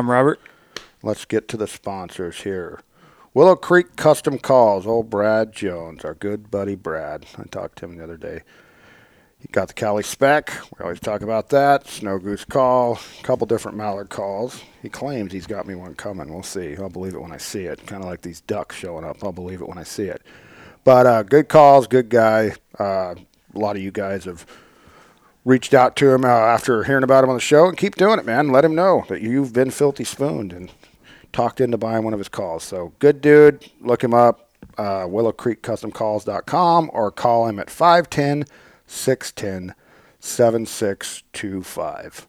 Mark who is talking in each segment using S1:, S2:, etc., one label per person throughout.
S1: I'm Robert.
S2: Let's get to the sponsors here. Willow Creek Custom Calls, old Brad Jones, our good buddy Brad. I talked to him the other day. He got the Cali Spec. We always talk about that. Snow Goose Call, a couple different mallard calls. He claims he's got me one coming. We'll see. I'll believe it when I see it. Kind of like these ducks showing up. I'll believe it when I see it. But uh, good calls, good guy. Uh, a lot of you guys have reached out to him uh, after hearing about him on the show and keep doing it, man. Let him know that you've been filthy spooned and talked into buying one of his calls. So good dude. Look him up, uh, willowcreekcustomcalls.com or call him at 510 610 7625.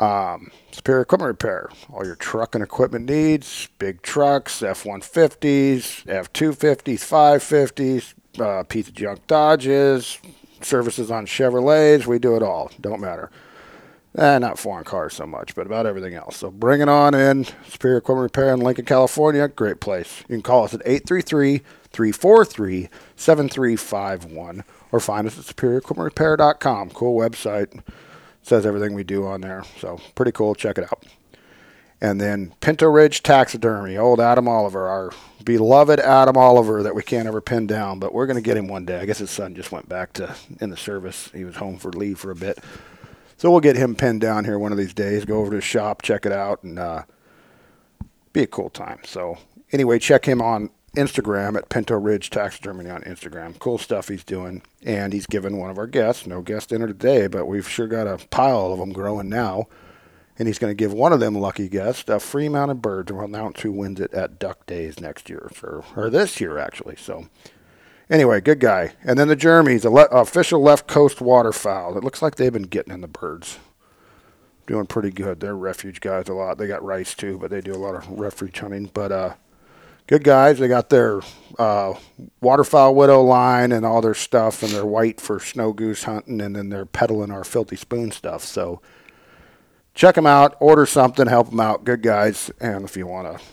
S2: Um, Superior Equipment Repair. All your truck and equipment needs, big trucks, F 150s, F 250s, 550s, uh, piece of junk Dodges, services on Chevrolets. We do it all. Don't matter. Eh, not foreign cars so much, but about everything else. So bring it on in. Superior Equipment Repair in Lincoln, California. Great place. You can call us at 833 343 7351 or find us at superiorequipmentrepair.com. Cool website. Says everything we do on there. So pretty cool. Check it out. And then Pinto Ridge Taxidermy, old Adam Oliver, our beloved Adam Oliver that we can't ever pin down, but we're going to get him one day. I guess his son just went back to in the service. He was home for leave for a bit. So we'll get him pinned down here one of these days, go over to his shop, check it out, and uh, be a cool time. So anyway, check him on Instagram at Pinto Ridge Taxidermy on Instagram. Cool stuff he's doing. And he's given one of our guests, no guest dinner today, but we've sure got a pile of them growing now and he's going to give one of them lucky guests a free mounted bird to announce who wins it at Duck Days next year, or, or this year actually. So, anyway, good guy. And then the Jermies, a le- official left coast waterfowl. It looks like they've been getting in the birds, doing pretty good. They're refuge guys a lot. They got rice too, but they do a lot of refuge hunting. But uh, good guys. They got their uh, waterfowl widow line and all their stuff, and they're white for snow goose hunting, and then they're peddling our filthy spoon stuff. So check them out, order something, help them out. Good guys. And if you want to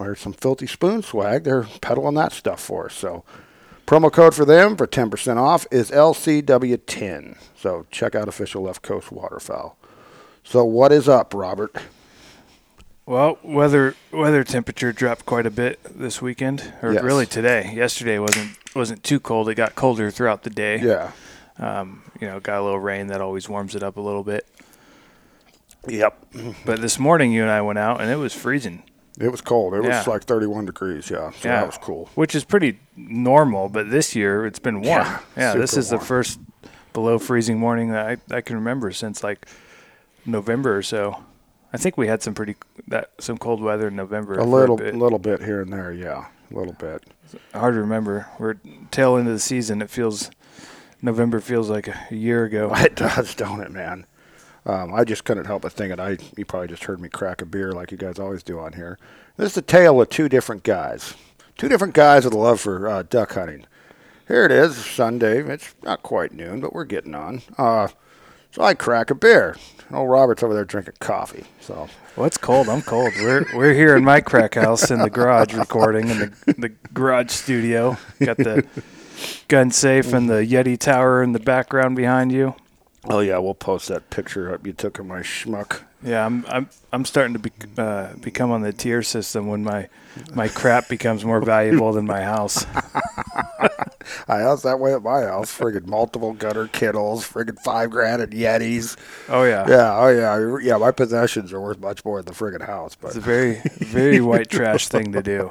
S2: wear some filthy spoon swag, they're peddling that stuff for us. So promo code for them for 10% off is LCW10. So check out official Left Coast Waterfowl. So what is up, Robert?
S1: Well, weather weather temperature dropped quite a bit this weekend, or
S2: Yes.
S1: really today. Yesterday wasn't wasn't too cold. It got colder throughout the day.
S2: Yeah.
S1: Um, you know, got a little rain that always warms it up a little bit.
S2: Yep.
S1: But this morning, you and I went out, and it was freezing.
S2: It was cold. It
S1: Yeah.
S2: was like 31 degrees. Yeah. So that was cool.
S1: Which is pretty normal, but this year it's been warm.
S2: Yeah,
S1: Yeah, this
S2: super
S1: is
S2: warm.
S1: the first below freezing morning that I, I can remember since like November or so. I think we had some pretty that some cold weather in November.
S2: A
S1: for
S2: little,
S1: bit.
S2: little bit here and there. Yeah. A little bit.
S1: hard to remember. We're tail end of the season. It feels November feels like a year ago.
S2: It does, don't it, man? Um, I just couldn't help but thinking. I you probably just heard me crack a beer like you guys always do on here. This is the tale of two different guys, two different guys with a love for uh, duck hunting. Here it is, Sunday. It's not quite noon, but we're getting on. Uh, so I crack a beer. Oh, Robert's over there drinking coffee. So
S1: Well, it's cold. I'm cold. We're we're here in my crack house in the garage recording in the the garage studio. Got the gun safe and the Yeti tower in the background behind you.
S2: oh yeah, we'll post that picture up you took of my schmuck.
S1: Yeah, I'm I'm I'm starting to be, uh, become on the tier system when my my crap becomes more valuable than my house.
S2: I was that way at my house. Friggin' multiple gutter kittles, friggin' five grand and Yetis.
S1: Oh yeah.
S2: Yeah, oh yeah, yeah. My possessions are worth much more than the friggin' house, but
S1: It's a very very white trash thing to do.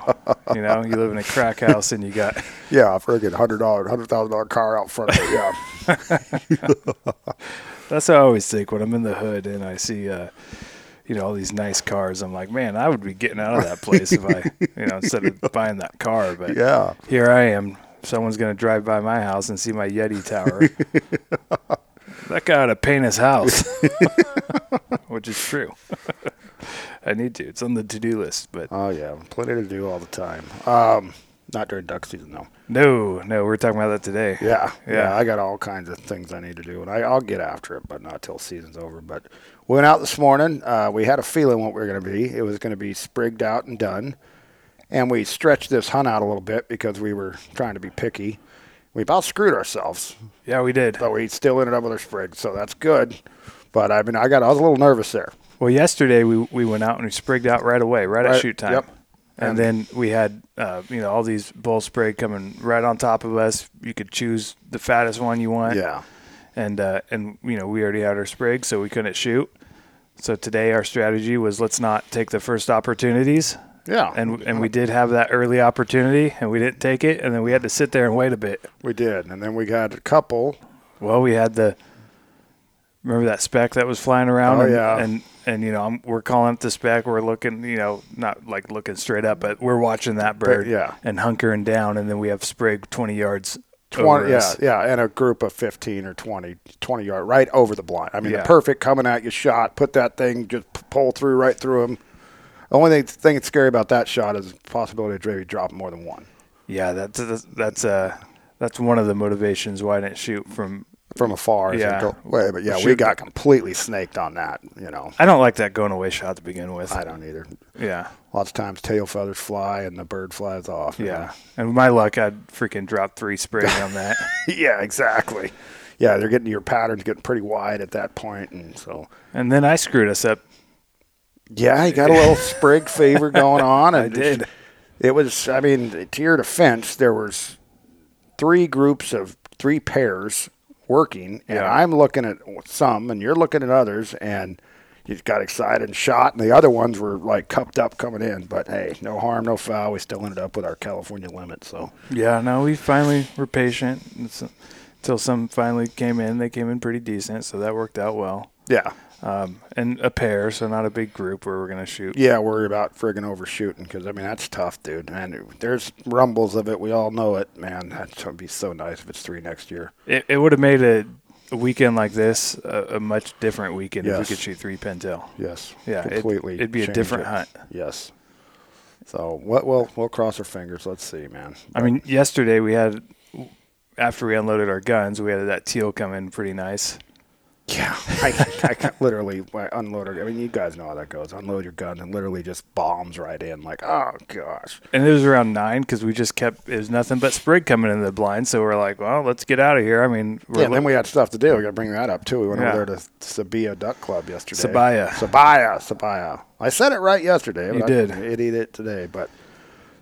S1: You know, you live in a crack house and you got
S2: yeah, a friggin' hundred dollar, hundred thousand dollar car out front. Of it, yeah,
S1: That's how I always think when I'm in the hood and I see, uh, you know, all these nice cars. I'm like, man, I would be getting out of that place if I, you know, instead of buying that car. But
S2: yeah.
S1: here I am. Someone's gonna drive by my house and see my Yeti tower. that guy ought to paint his house, which is true. I need to. It's on the to-do list, but
S2: Oh yeah, plenty to do all the time. Um, not during duck season though.
S1: no, no, we're talking about that today.
S2: Yeah, yeah,
S1: Yeah.
S2: I got all kinds of things I need to do, and I, I'll get after it, but not till season's over. But we went out this morning. Uh, we had a feeling what we were going to be. It was going to be sprigged out and done, and we stretched this hunt out a little bit because we were trying to be picky. We about screwed ourselves.
S1: yeah, we did.
S2: but we still ended up with our sprig, so that's good. But I mean, I got I was a little nervous there.
S1: Well, yesterday we, we went out and we sprigged out right away, right, at
S2: Right,
S1: shoot time.
S2: yep.
S1: And,
S2: And-
S1: then we had, uh, you know, all these bull spray coming right on top of us. You could choose the fattest one you want.
S2: Yeah.
S1: And, uh, and you know, we already had our sprig, so we couldn't shoot. So today our strategy was let's not take the first opportunities.
S2: Yeah.
S1: And, and we did have that early opportunity and we didn't take it. And then we had to sit there and wait a bit.
S2: we did. And then we got a couple.
S1: Well, we had the remember that spec that was flying around.
S2: Oh,
S1: and,
S2: yeah.
S1: and and you know I'm, we're calling it the spec. We're looking, you know, not like looking straight up, but we're watching that bird.
S2: yeah.
S1: and hunkering down, and then we have Sprig twenty yards.
S2: 20,
S1: over
S2: yeah,
S1: us.
S2: yeah, and a group of 15 or 20, 20 yard right over the blind. I mean,
S1: Yeah.
S2: the perfect coming at you shot. Put that thing, just p- pull through right through him. The only thing, thing that's scary about that shot is the possibility of maybe dropping more than one
S1: yeah. That's that's that's uh that's one of the motivations why I didn't shoot from.
S2: from afar.
S1: Yeah.
S2: Yeah. Away. But yeah, we
S1: Shoot.
S2: got completely snaked on that, you know.
S1: I don't like that going away shot to begin with.
S2: I don't either.
S1: yeah,
S2: Lots of times tail feathers fly and the bird flies off. you know.
S1: yeah. And with my luck, I'd freaking drop three Sprig on that.
S2: yeah, exactly. Yeah, they're getting your patterns getting pretty wide at that point, and so
S1: And then I screwed us up
S2: yeah, you got a little sprig fever going on. And
S1: did.
S2: It was, I mean, to your defense, there was three groups of three pairs working, and
S1: Yeah.
S2: I'm looking at some, and you're looking at others, and you just got excited and shot, and the other ones were like cupped up coming in. But hey, no harm, no foul. We still ended up with our California limit, so
S1: Yeah, no, we finally were patient It's- until some finally came in. They came in pretty decent, so that worked out well.
S2: yeah.
S1: Um, and a pair, so not a big group where we're gonna shoot.
S2: Yeah, worry about friggin' overshooting because I mean that's tough, dude. And there's rumbles of it. We all know it, man. That would be so nice if it's three next year.
S1: It, it would have made a, a weekend like this a, a much different weekend if we
S2: Yes.
S1: could shoot three pintail.
S2: Yes.
S1: Yeah, it-
S2: Completely.
S1: it'd be a
S2: change
S1: different
S2: it.
S1: hunt.
S2: Yes. So what? We'll we'll cross our fingers. Let's see, man.
S1: I mean, yesterday we had after we unloaded our guns, we had that teal come in pretty nice.
S2: Yeah. I, I can literally I unload. Our, I mean, you guys know how that goes. Unload your gun and literally just bombs right in. Like, oh gosh.
S1: And it was around nine because we just kept it was nothing but sprig coming into the blind. So we're like, well, let's get out of here. I mean, we're
S2: Yeah, and then we had stuff to do. We got to bring that up too. We went
S1: Yeah.
S2: over there to Sabia Duck Club yesterday.
S1: Sabaya.
S2: Sabaya, Sabaya. I said it right yesterday. but
S1: You
S2: I
S1: did.
S2: Idiot it today, but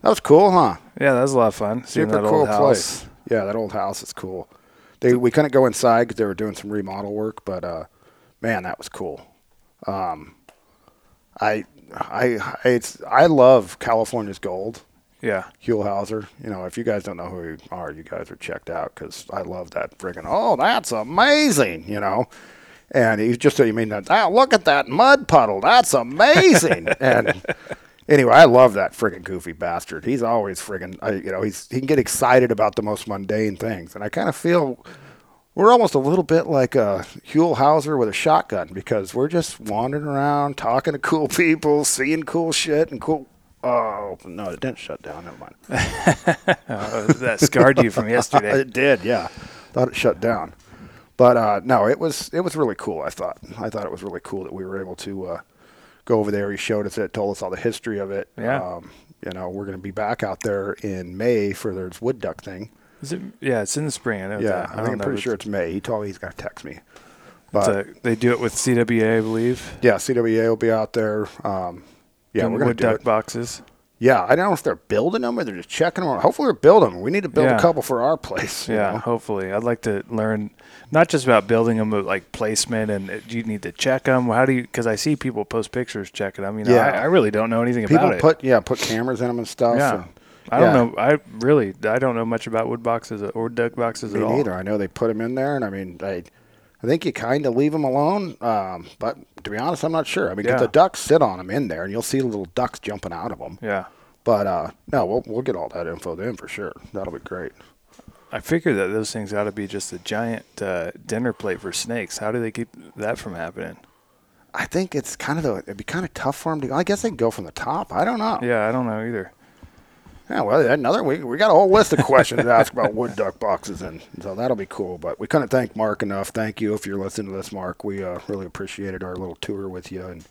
S2: that was cool, huh?
S1: yeah, that was a lot of fun. seeing
S2: Super
S1: that
S2: cool
S1: old house.
S2: place. Yeah, that old house is cool. They we couldn't go inside because they were doing some remodel work, but uh, man, that was cool. Um, I I it's I love California's gold.
S1: Yeah.
S2: Huelhauser. You know, if you guys don't know who you are, you guys are checked out because I love that friggin' oh, that's amazing, you know. And he's just, you mean that, oh, look at that mud puddle. That's amazing. and anyway, I love that friggin' goofy bastard. He's always friggin', I, you know, he's, he can get excited about the most mundane things. And I kind of feel we're almost a little bit like a Huelhauser with a shotgun because we're just wandering around, talking to cool people, seeing cool shit and cool. Oh, no, it didn't shut down. Never mind.
S1: Uh, that scarred you from yesterday.
S2: It did, yeah. Thought it shut down, but uh, no, it was it was really cool. I thought I thought it was really cool that we were able to uh, go over there. He showed us it, told us all the history of it.
S1: Yeah.
S2: Um, you know, we're going to be back out there in May for there's wood duck thing.
S1: Is it, yeah, it's in the spring. I know
S2: Yeah,
S1: that.
S2: I think
S1: don't
S2: I'm
S1: know
S2: pretty
S1: if
S2: sure it's May. He told me he's going to text me.
S1: it's-
S2: But
S1: it's a- they do it with CWA, I believe.
S2: yeah, CWA will be out there. Um, yeah,
S1: Doing
S2: we're going
S1: wood
S2: to do
S1: duck
S2: it.
S1: boxes.
S2: Yeah, I don't know if they're building them or they're just checking them. Hopefully, they're building them. We need to build
S1: Yeah.
S2: a couple for our place. you
S1: Yeah,
S2: know?
S1: hopefully. I'd like to learn not just about building them, but like placement and uh, do you need to check them? How do you? Because I see people post pictures checking them. You know,
S2: Yeah.
S1: I, I really don't know anything
S2: people
S1: about it.
S2: put yeah put cameras in them and stuff.
S1: yeah.
S2: and-
S1: I don't
S2: yeah.
S1: know. I really, I don't know much about wood boxes or wood duck boxes
S2: Me
S1: at all.
S2: neither. I know they put them in there, and I mean, I, I think you kind of leave them alone. Um, but to be honest, I'm not sure. I mean, 'cause
S1: Yeah.
S2: the ducks sit on them in there, and you'll see little ducks jumping out of them.
S1: Yeah.
S2: But uh, no, we'll we'll get all that info then for sure. That'll be great.
S1: I figure that those things ought to be just a giant uh, dinner plate for snakes. How do they keep that from happening?
S2: I think it's kind of the it'd be kind of tough for them to. I guess they can go from the top. I don't know.
S1: Yeah, I don't know either.
S2: Yeah, well, another week. We got a whole list of questions to ask about wood duck boxes, and so that'll be cool. But we couldn't thank Mark enough. Thank you if you're listening to this, Mark. We uh, really appreciated our little tour with you, and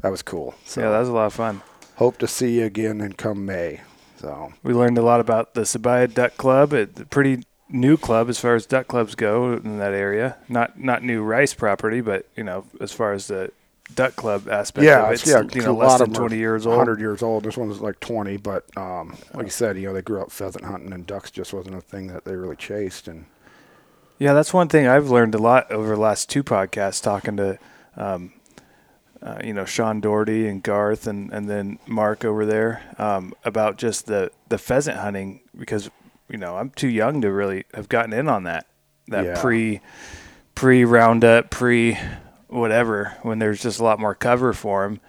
S2: that was cool. So
S1: Yeah, that was a lot of fun.
S2: hope to see you again in come May. So
S1: We learned a lot about the Sabaya Duck Club. It's a pretty new club as far as duck clubs go in that area. Not not new rice property, but you know, as far as the duck club aspect.
S2: Yeah,
S1: of it.
S2: it's, yeah,
S1: you
S2: a
S1: know,
S2: lot
S1: less
S2: of
S1: than
S2: them are
S1: twenty years old.
S2: 100 years old. This one's like 20, but um, like you said, you know, they grew up pheasant hunting, and ducks just wasn't a thing that they really chased. And
S1: Yeah, that's one thing I've learned a lot over the last two podcasts talking to, um, uh, you know, Sean Doherty and Garth and, and then Mark over there um, about just the, the pheasant hunting because, you know, I'm too young to really have gotten in on that, that
S2: Yeah.
S1: pre, pre roundup, pre whatever, when there's just a lot more cover for them.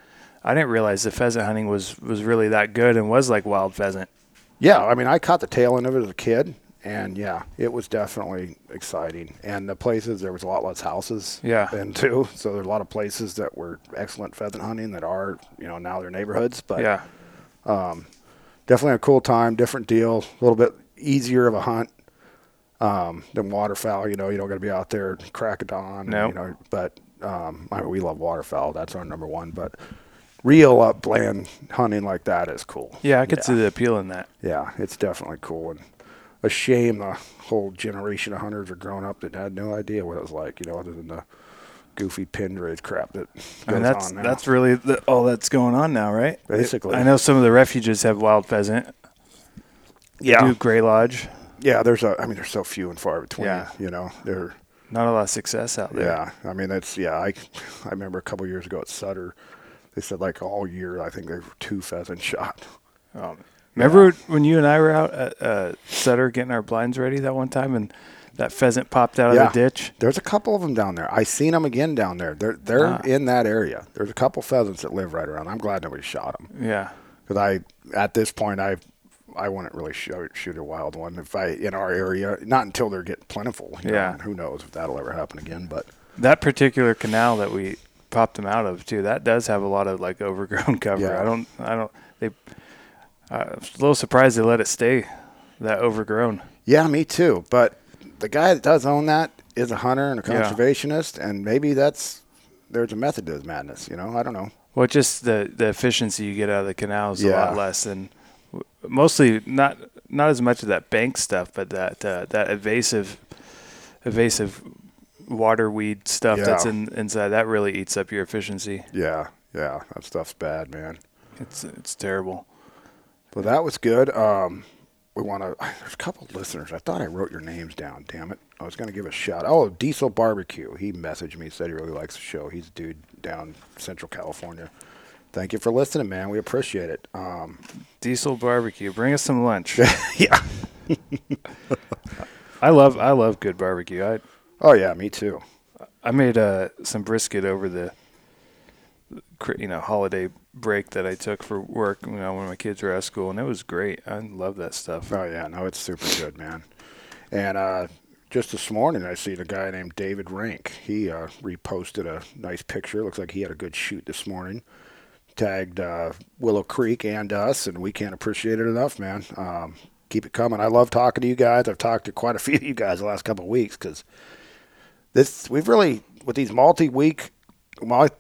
S1: I didn't realize the pheasant hunting was, was really that good and was like wild pheasant.
S2: yeah, I mean, I caught the tail end of it as a kid, and yeah, it was definitely exciting. And the places there was a lot less houses,
S1: Yeah.
S2: then too. So there's a lot of places that were excellent pheasant hunting that are, you know, now their neighborhoods. But
S1: Yeah.
S2: definitely a cool time, different deal, a little bit easier of a hunt um, than waterfowl. You know, you don't got to be out there crack of dawn.
S1: No.
S2: You know, but um, I mean, we love waterfowl. That's our number one. But real upland hunting like that is cool.
S1: Yeah, I could see the appeal in that.
S2: Yeah, it's definitely cool and a shame the whole generation of hunters are growing up that had no idea what it was like. You know, other than the goofy pin raid crap that goes
S1: I mean, that's
S2: on now.
S1: that's really the, all that's going on now, right?
S2: Basically.
S1: I know some of the refuges have wild pheasant.
S2: yeah,
S1: Duke Gray Lodge,
S2: yeah. There's a. I mean, there's so few and far between.
S1: Yeah.
S2: You know, they're
S1: not a lot of success out there.
S2: Yeah, I mean that's yeah. I I remember a couple years ago at Sutter, they said like all year I think they were two pheasant shot.
S1: Remember when you and I were out at uh, Sutter getting our blinds ready that one time, and that pheasant popped out
S2: yeah,
S1: of the ditch?
S2: There's a couple of them down there. I seen them again down there. They're they're
S1: Ah.
S2: in that area. There's a couple pheasants that live right around. I'm glad nobody shot them
S1: Yeah,
S2: because I at this point I I wouldn't really shoot, shoot a wild one if I in our area. Not until they're getting plentiful. you know,
S1: Yeah.
S2: and who knows if that'll ever happen again? But
S1: that particular canal that we popped them out of too. That does have a lot of like overgrown cover.
S2: Yeah.
S1: I don't, I don't. They, I'm a little surprised they let it stay that overgrown.
S2: Yeah, me too. But the guy that does own that is a hunter and a
S1: Yeah.
S2: conservationist, and maybe that's there's a method to his madness. You know, I don't know.
S1: Well, just the the efficiency you get out of the canal is a
S2: Yeah.
S1: lot less, and w- mostly not not as much of that bank stuff, but that uh, that evasive evasive water weed stuff
S2: Yeah.
S1: that's in inside that really eats up your efficiency.
S2: Yeah, yeah, that stuff's bad, man.
S1: It's it's terrible.
S2: But that was good. Um, we want to. There's a couple listeners. I thought I wrote your names down. Damn it! I was gonna give a shout. Oh, Diesel Barbecue. He messaged me. Said he really likes the show. He's a dude down Central California. Thank you for listening, man. We appreciate it. Um,
S1: Diesel barbecue, bring us some lunch.
S2: yeah.
S1: I love I love good barbecue. I
S2: Oh yeah, me too.
S1: I made uh, some brisket over the cri- you know holiday break that I took for work. You know when my kids were out of school, and it was great. I love that stuff.
S2: Oh yeah, no, it's super good, man. And uh, just this morning, I see a guy named David Rank. He uh, reposted a nice picture. Looks like he had a good shoot this morning. Tagged uh, Willow Creek and us, and we can't appreciate it enough, man. Um, keep it coming. I love talking to you guys. I've talked to quite a few of you guys the last couple of weeks because this we've really with these multi week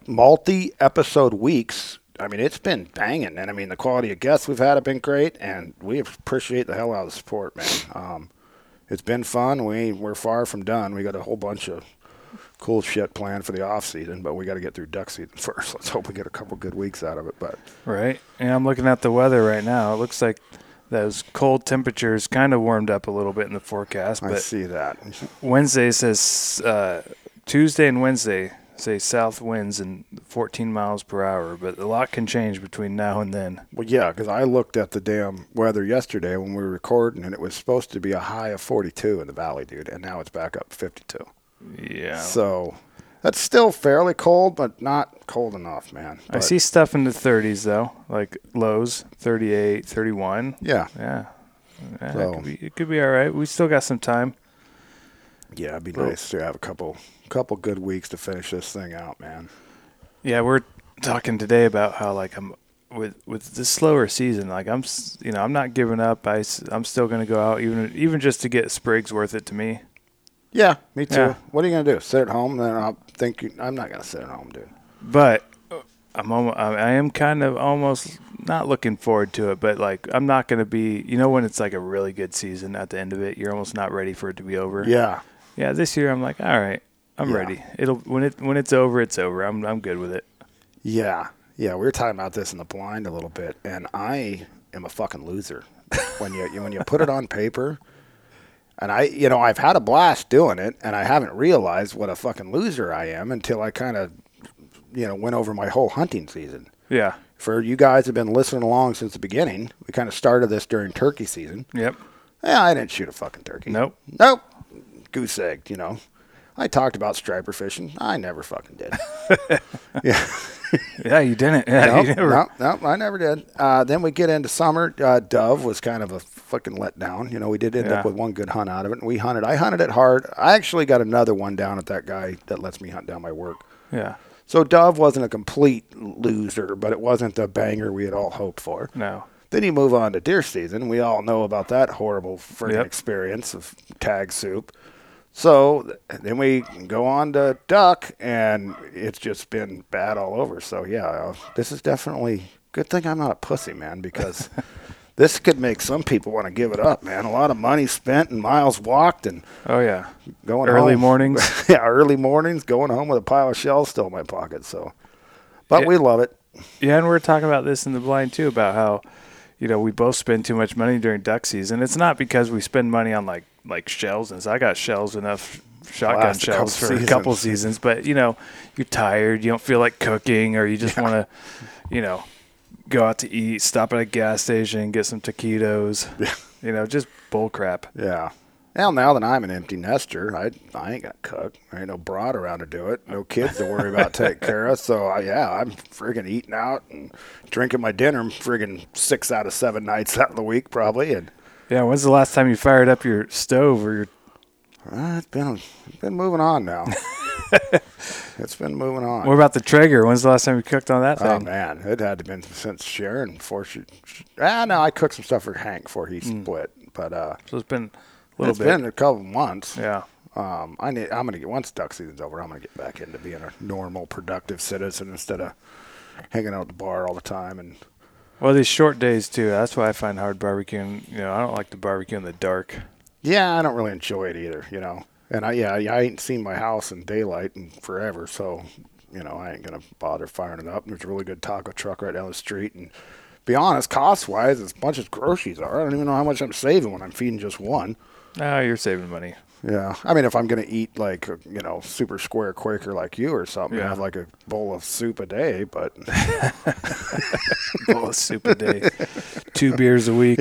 S2: multi episode weeks i mean it's been banging and i mean the quality of guests we've had have been great and we appreciate the hell out of the support man um, it's been fun we we're far from done we got a whole bunch of cool shit planned for the off season but we got to get through duck season first let's hope we get a couple good weeks out of it but
S1: Right. And I'm looking at the weather right now. It looks like those cold temperatures kind of warmed up a little bit in the forecast,
S2: i
S1: but
S2: see that
S1: Wednesday says uh, Tuesday and Wednesday say south winds and 14 miles per hour, but a lot can change between now and then.
S2: Well, yeah, because I looked at the damn weather yesterday when we were recording, and it was supposed to be a high of 42 in the valley, dude, and now it's back up 52.
S1: Yeah.
S2: So that's still fairly cold, but not cold enough, man.
S1: I
S2: But,
S1: see stuff in the 30s though, like lows 38, 31.
S2: Yeah,
S1: Yeah. Yeah,
S2: So-
S1: it, could be, it could be all right. We still got some time.
S2: yeah, it'd be nice to have a couple, couple good weeks to finish this thing out, man.
S1: Yeah, we're talking today about how like I'm with with this slower season. Like I'm, s- you know, I'm not giving up. I am still going to go out even even just to get sprigs worth it to me.
S2: Yeah, me too.
S1: Yeah.
S2: What are you gonna do? Sit at home? Then I'll think you, I'm not gonna sit at home, dude.
S1: But uh, I'm almost, I am kind of almost not looking forward to it. But like I'm not going to be. You know, when it's like a really good season at the end of it, you're almost not ready for it to be over.
S2: Yeah,
S1: Yeah. This year, I'm like, all right, I'm
S2: Yeah.
S1: ready. It'll when it when it's over, it's over. I'm I'm good with it.
S2: Yeah. Yeah, we were talking about this in the blind a little bit, and I am a fucking loser. when you when you put it on paper, and I you know, I've had a blast doing it and I haven't realized what a fucking loser I am until I kind of you know, went over my whole hunting season.
S1: Yeah.
S2: For you guys have been listening along since the beginning. We kind of started this during turkey season.
S1: Yep.
S2: Yeah, I didn't shoot a fucking turkey.
S1: Nope.
S2: Nope. Goose egged, you know. I talked about striper fishing. I never fucking did. yeah.
S1: Yeah, you didn't. Yeah,
S2: No,
S1: you never.
S2: no, no, I never did. Uh, then we get into summer. Uh, Dove was kind of a fucking letdown. You know, we did end
S1: Yeah.
S2: up with one good hunt out of it. And we hunted. I hunted it hard. I actually got another one down at that guy that lets me hunt down my work.
S1: Yeah.
S2: So Dove wasn't a complete loser, but it wasn't the banger we had all hoped for.
S1: No.
S2: Then you move on to deer season. We all know about that horrible friggin'
S1: Yep.
S2: experience of tag soup. So th- then we go on to duck, and it's just been bad all over. So yeah, uh, this is definitely good thing I'm not a pussy man because this could make some people want to give it up, man. A lot of money spent and miles walked, and
S1: Oh yeah.
S2: going
S1: Early
S2: home-
S1: mornings.
S2: yeah, early mornings, going home with a pile of shells still in my pocket. So, but
S1: Yeah.
S2: we love it.
S1: Yeah, and we we're talking about this in the blind too about how, you know, we both spend too much money during duck season. It's not because we spend money on like like shells, and so I got shells enough shotgun
S2: Last a couple
S1: shells for a couple seasons. But you know, you're tired, you don't feel like cooking, or you just want to, you know, go out to eat, stop at a gas station, get some taquitos. You know, just bull crap.
S2: Yeah. Well, now that I'm an empty nester, I I ain't gonna cook. There ain't no broad around to do it. No kids to worry about taking care of. So I, yeah, I'm friggin' eating out and drinking my dinner. friggin' six out of seven nights out of the week probably. And
S1: Yeah, when's the last time you fired up your stove or your
S2: uh, it's been been moving on now. it's been moving on.
S1: what about the Traeger? When's the last time you cooked on that
S2: Oh
S1: thing?
S2: man, it had to been since Sharon before she. Ah, no, I cooked some stuff for Hank before he split, but uh,
S1: so it's been a Mm. little
S2: it's
S1: bit.
S2: been a couple months.
S1: yeah.
S2: Um, I need. I'm gonna get once duck season's over. I'm gonna get back into being a normal, productive citizen instead of hanging out at the bar all the time. And
S1: Well, these short days too. That's why I find hard barbecuing. You know, I don't like to barbecue in the dark.
S2: yeah, I don't really enjoy it either. You know. And I yeah, I ain't seen my house in daylight in forever, so you know I ain't gonna bother firing it up. There's a really good taco truck right down the street, and be honest, cost wise, as much as groceries are, I don't even know how much I'm saving when I'm feeding just one.
S1: No, you're saving money.
S2: Yeah, I mean, if I'm gonna eat like a, you know super square Quaker like you or something,
S1: Yeah.
S2: have like a bowl of soup a day, but
S1: Bowl of soup a day, two beers a week.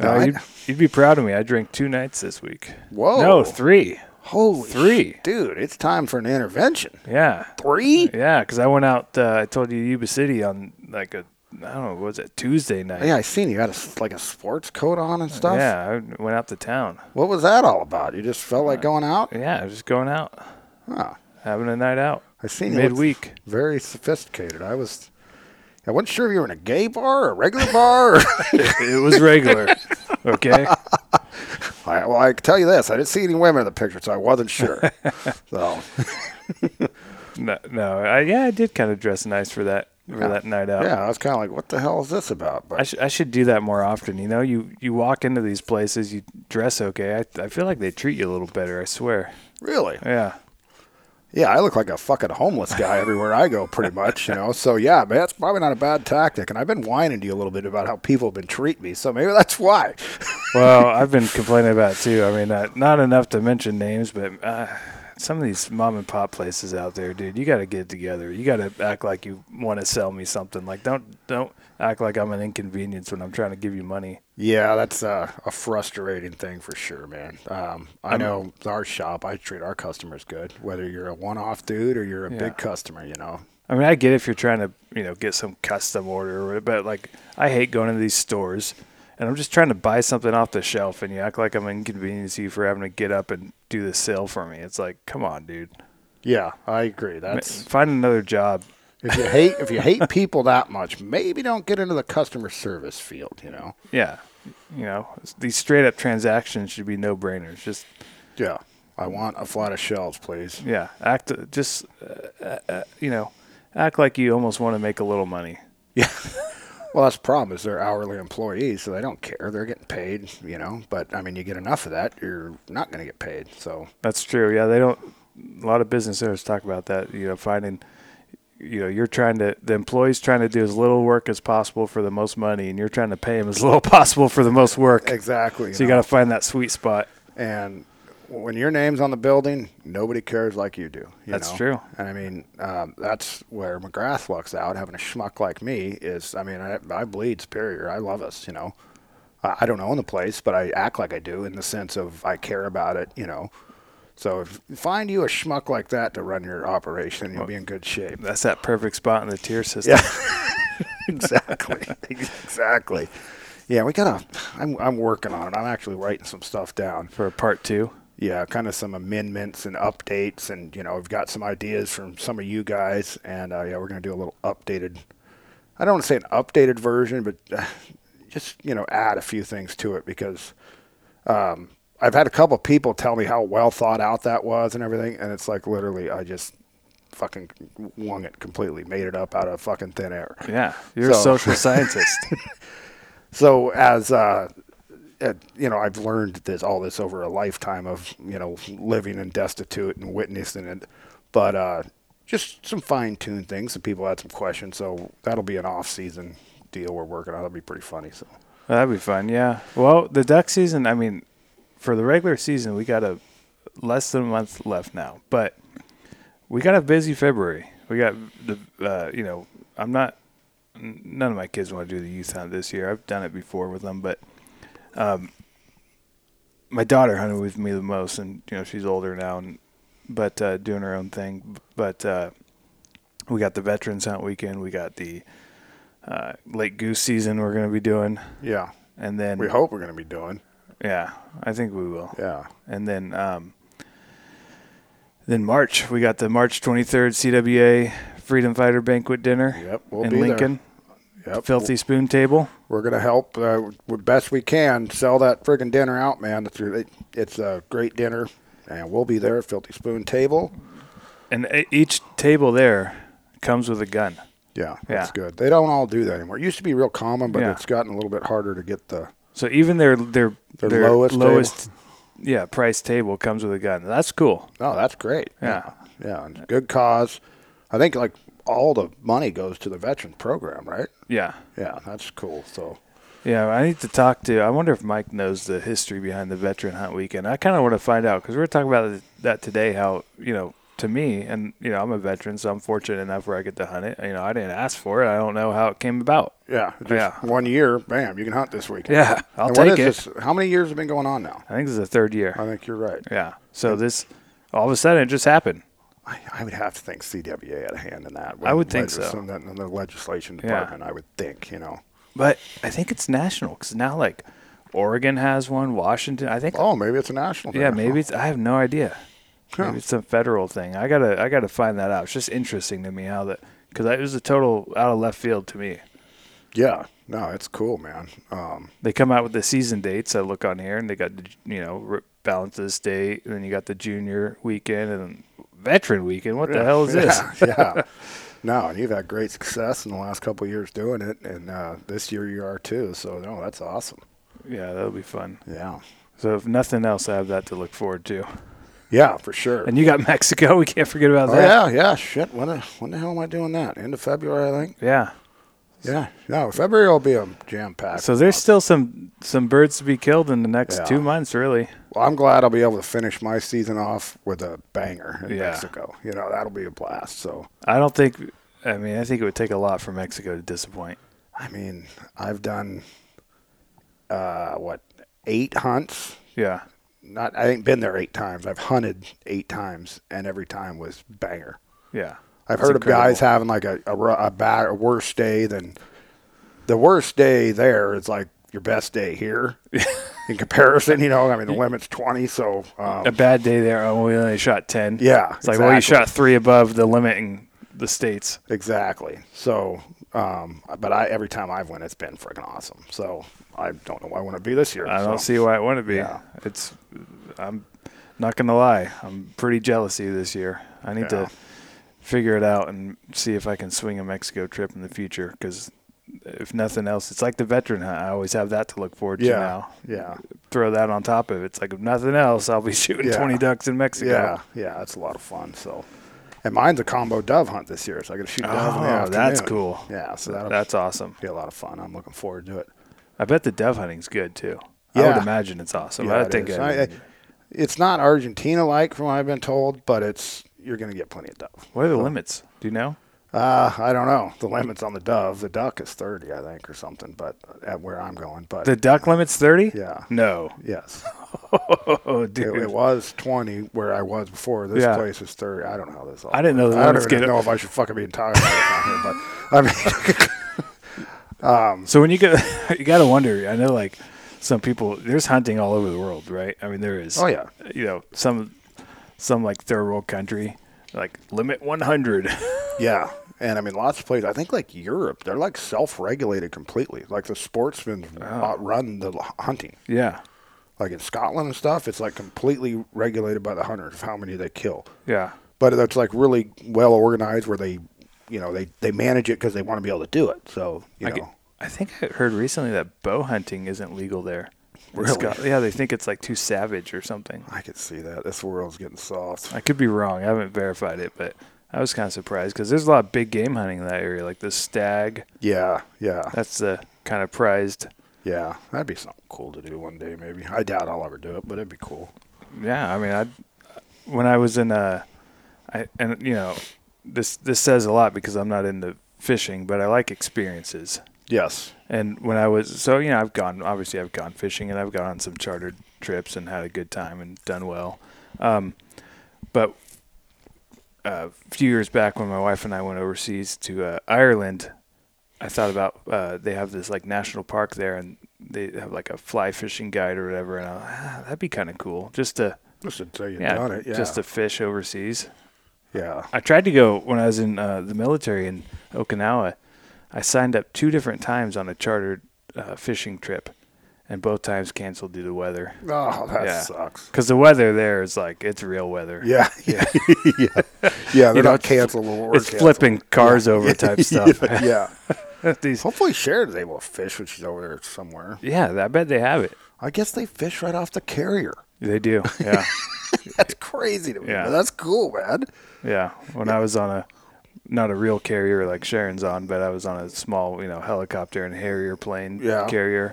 S2: No,
S1: Uh,
S2: I-
S1: you'd, you'd be proud of me. I drank two nights this week.
S2: Whoa.
S1: No, three.
S2: Holy
S1: Three.
S2: shit, dude! It's time for an intervention.
S1: Yeah,
S2: Three?
S1: yeah. Because I went out. Uh, I told you Yuba City on like a I don't know what was it Tuesday night.
S2: Yeah, I seen you had a s like a sports coat on and stuff.
S1: Yeah, I went out to town.
S2: What was that all about? You just felt
S1: Uh,
S2: like going out?
S1: Yeah, I was just going out,
S2: Huh.
S1: having a night out.
S2: I seen you looked
S1: midweek.
S2: Very sophisticated. I was. I wasn't sure if you were in a gay bar or a regular bar. Or,
S1: It was regular. okay.
S2: I, well, I can tell you this: I didn't see any women in the picture, so I wasn't sure. so,
S1: No, no. I, yeah, I did kind of dress nice for that for that night out.
S2: yeah, I was kind of like, "What the hell is this about?" But
S1: I, sh- I should do that more often. You know, you, you walk into these places, you dress okay. I, I feel like they treat you a little better, I swear.
S2: really,
S1: Yeah.
S2: Yeah, I look like a fucking homeless guy everywhere I go, pretty much, you know. So yeah, man, that's probably not a bad tactic. And I've been whining to you a little bit about how people have been treating me, so maybe that's why.
S1: Well, I've been complaining about it too. I mean, uh, not enough to mention names, but uh, some of these mom and pop places out there, dude, you got to get together. You got to act like you want to sell me something. Like, don't don't act like I'm an inconvenience when I'm trying to give you money.
S2: yeah, that's uh, a frustrating thing for sure, man. Um, I know our shop; I treat our customers good, whether you're a one-off dude or you're a
S1: Yeah.
S2: big customer, you know.
S1: I mean, I get if you're trying to, you know, get some custom order, but like, I hate going into these stores, and I'm just trying to buy something off the shelf, and you act like I'm inconveniencing you for having to get up and do the sale for me. It's like, come on, dude,
S2: Yeah, I agree. That's
S1: find another job.
S2: if you hate if you hate people that much, maybe don't get into the customer service field, you know.
S1: Yeah, you know, these straight up transactions should be no brainers. Just
S2: Yeah, I want a flat of shells, please.
S1: yeah, act just, uh, uh, uh, you know, act like you almost want to make a little money.
S2: Well, that's the problem is they're hourly employees, so they don't care. They're getting paid, you know. But I mean, you get enough of that, you're not going to get paid. So
S1: That's true. Yeah, they don't. A lot of business owners talk about that. You know, finding you know you're trying to the employee's trying to do as little work as possible for the most money and you're trying to pay him as little possible for the most work
S2: Exactly.
S1: so you got to find that sweet spot
S2: And when your name's on the building, nobody cares like you do. you
S1: That's
S2: know?
S1: true.
S2: And I mean, um, that's where McGrath lucks out. Having a schmuck like me is, I mean, I, I bleed superior. I love us, you know. I, I don't own the place, but I act like I do in the sense of I care about it, you know. So if, find you a schmuck like that to run your operation, you'll be in good shape.
S1: that's that perfect spot in the tier system
S2: exactly. exactly. Yeah, we gotta. I'm I'm working on it. I'm actually writing some stuff down.
S1: for a part two
S2: yeah, kind of some amendments and updates, and you know, we've got some ideas from some of you guys, and uh, yeah, we're gonna do a little updated. I don't want to say an updated version, but uh, just you know, add a few things to it because um, I've had a couple people tell me how well thought out that was and everything, and it's like literally, I just fucking wung it completely, made it up out of fucking thin air.
S1: yeah you're
S2: So-
S1: a social scientist
S2: So as uh, uh, you know, I've learned this all this over a lifetime of you know living and destitute and witnessing it, but uh, just some fine tuned things. Some people had some questions, so that'll be an off season deal we're working on. That'll be pretty funny. So
S1: that'd be fun yeah well the duck season i mean for the regular season we got a less than a month left now but we got a busy february we got the uh, you know i'm not n- none of my kids want to do the youth hunt this year i've done it before with them but um, my daughter hunted with me the most, and you know she's older now, and but uh, doing her own thing. But uh, we got the veterans hunt weekend. We got the uh, late goose season. We're going to be doing,
S2: yeah,
S1: and then
S2: we hope we're going to be doing.
S1: yeah, I think we will.
S2: Yeah,
S1: And then um, then March we got the March twenty third CWA Freedom Fighter Banquet Dinner.
S2: Yep, we'll
S1: in
S2: be there.
S1: Lincoln,
S2: yep.
S1: Filthy Spoon Table.
S2: We're going to help uh, w- best we can sell that friggin' dinner out, man. It's, re- it's a great dinner, and we'll be there. Filthy Spoon Table.
S1: And e- each table there comes with a gun.
S2: Yeah,
S1: Yeah.
S2: that's good. They don't all do that anymore. It used to be real common, but
S1: Yeah.
S2: it's gotten a little bit harder to get the.
S1: So even their their
S2: Their lowest
S1: yeah, price table comes with a gun. That's cool.
S2: Oh, that's great.
S1: Yeah.
S2: yeah, and good cause. I think like all the money goes to the veteran program, right?
S1: Yeah.
S2: Yeah, that's cool. So
S1: Yeah, I need to talk to. I wonder if Mike knows the history behind the Veteran Hunt Weekend. I kind of want to find out because we were talking about that today. How you know, to me, and you know, I'm a veteran, so I'm fortunate enough where I get to hunt it. You know, I didn't ask for it. I don't know how it came about.
S2: yeah, just
S1: Yeah.
S2: One year, bam, you can hunt this weekend.
S1: Yeah, I'll
S2: And what
S1: take it.
S2: is This? How many years have been going on now?
S1: I think this is the third
S2: I
S1: year.
S2: think you're right.
S1: Yeah. So this, all of a sudden, it just happened.
S2: I, I would have to think CWA had a hand in that.
S1: I would think so.
S2: Some, that in the legislation
S1: Yeah.
S2: department, I would think. You know.
S1: But I think it's national because now like Oregon has one, Washington. I think
S2: Oh, maybe it's a national.
S1: Yeah,
S2: thing.
S1: maybe it's. I have no idea.
S2: Huh.
S1: Maybe it's some federal thing. I gotta, I gotta find that out. It's just interesting to me how that, because it was a total out of left field to me.
S2: Yeah. No, it's cool, man. Um,
S1: They come out with the season dates. I look on here, and they got the, you know, re- balance of the state, and then you got the junior weekend and veteran weekend. What the hell is this?
S2: yeah, yeah. No, and you've had great success in the last couple of years doing it, and uh, this year you are too. So no, that's awesome.
S1: Yeah, that'll be fun.
S2: Yeah.
S1: So if nothing else, I have that to look forward to.
S2: Yeah, for sure.
S1: And you got Mexico. We can't forget about
S2: oh
S1: that.
S2: yeah, yeah. Shit, when the, when the hell am I doing that? End of February, I think.
S1: yeah.
S2: Yeah. No, February will be a jam packed.
S1: So there's still some some birds to be killed in the next
S2: Yeah.
S1: two months, really.
S2: Well, I'm glad I'll be able to finish my season off with a banger in
S1: Yeah.
S2: Mexico. You know, that'll be a blast. So,
S1: I don't think. I mean, I think it would take a lot for Mexico to disappoint.
S2: I mean, I've done uh, what eight hunts
S1: Yeah,
S2: not I ain't been there eight times. I've hunted eight times, and every time was banger.
S1: yeah.
S2: I've
S1: It's
S2: heard
S1: incredible.
S2: of guys having like a a, ru- a, bad, a worse day than the worst day there is like your best day here in comparison. You know, I mean the limit's twenty, so
S1: a
S2: um,
S1: bad day there. Oh, we only shot ten.
S2: yeah,
S1: it's like well, you
S2: exactly.
S1: shot three above the limit in the states.
S2: Exactly. So, um, but I every time I've went, it's been freaking awesome. So I don't know why I want to be this year.
S1: I don't
S2: so.
S1: see why it wouldn't be.
S2: Yeah.
S1: It's. I'm not gonna lie. I'm pretty jealous of you this year. I need
S2: Yeah.
S1: to figure it out and see if I can swing a Mexico trip in the future. Because if nothing else, it's like the veteran hunt. I always have that to look forward to
S2: Yeah.
S1: now.
S2: Yeah.
S1: Throw that on top of it. It's like if nothing else, I'll be shooting
S2: Yeah.
S1: twenty ducks in Mexico.
S2: Yeah, yeah, it's a lot of fun. So, And mine's a combo dove hunt this year, so I got to shoot dove. in the
S1: Oh, that's
S2: afternoon.
S1: cool.
S2: Yeah, so that'll
S1: That's awesome.
S2: be a lot of fun. I'm looking forward to it.
S1: I bet the dove hunting's good too. I would
S2: Yeah.
S1: imagine it's awesome.
S2: Yeah,
S1: I
S2: it
S1: think
S2: is.
S1: I,
S2: I- I- it's not Argentina like from what I've been told, but it's you're going to get plenty of dove.
S1: what are the limits? Do you know?
S2: Uh, I don't know the limits on the dove. The duck is 30, I think, or something. But at where I'm going, but
S1: The duck limit's thirty.
S2: Yeah.
S1: No.
S2: yes,
S1: Oh,
S2: it,
S1: dude.
S2: it was 20 where I was before. This
S1: Yeah.
S2: place is 30. I don't know how this. All
S1: I didn't know the
S2: I don't
S1: limits
S2: even
S1: get-
S2: know if I should fucking be entire on here, but I mean,
S1: So when you go, you got to wonder. I know, like some people, there's hunting all over the world, right? I mean, there is.
S2: Oh, yeah.
S1: You know, some some like third world country, like limit 100.
S2: yeah. And I mean, lots of places. I think like Europe, they're like self-regulated completely. Like the sportsmen uh run the l- hunting.
S1: yeah,
S2: like in Scotland and stuff, it's like completely regulated by the hunters of how many they kill.
S1: yeah,
S2: But that's like really well organized where they, you know, they, they manage it because they want to be able to do it. So, you
S1: I,
S2: know,
S1: get- I think I heard recently that bow hunting isn't legal there. in
S2: Really?
S1: Scot- yeah, they think it's like too savage or something.
S2: I could see that. This world's getting soft.
S1: I could be wrong. I haven't verified it, but I was kind of surprised because there's a lot of big game hunting in that area, like the stag.
S2: Yeah, yeah,
S1: That's the kind of prized.
S2: yeah. That'd be something cool to do one day, maybe. I doubt I'll ever do it, but it'd be cool.
S1: Yeah, I mean, I when I was in uh, I and you know, this this says a lot because I'm not into fishing, but I like experiences.
S2: Yes.
S1: And when I was so you know, I've gone obviously I've gone fishing and I've gone on some chartered trips and had a good time and done well. Um, but uh, a few years back when my wife and I went overseas to uh, Ireland, I thought about uh, they have this like national park there and they have like a fly fishing guide or whatever, and I, ah, that'd be kind of cool just to
S2: Just until you've
S1: yeah,
S2: done it. Yeah.
S1: just to fish overseas.
S2: yeah.
S1: I tried to go when I was in uh, the military in Okinawa. I signed up two different times on a chartered uh, fishing trip, and both times canceled due to weather.
S2: Oh, that
S1: Yeah.
S2: sucks.
S1: Because the weather there is like it's real weather.
S2: Yeah. Yeah. yeah. Yeah. They're
S1: know,
S2: not
S1: it's-
S2: cancelable. or
S1: it's
S2: cancelable.
S1: flipping cars over type stuff.
S2: yeah.
S1: These-
S2: Hopefully Sharon's able to fish when she's over there somewhere.
S1: yeah, I bet they have it.
S2: I guess they fish right off the carrier.
S1: They do. Yeah,
S2: That's crazy to me.
S1: Yeah.
S2: but That's cool, man.
S1: yeah. When I was on a not a real carrier like Sharon's on, but I was on a small, you know, helicopter and Harrier plane
S2: Yeah.
S1: carrier.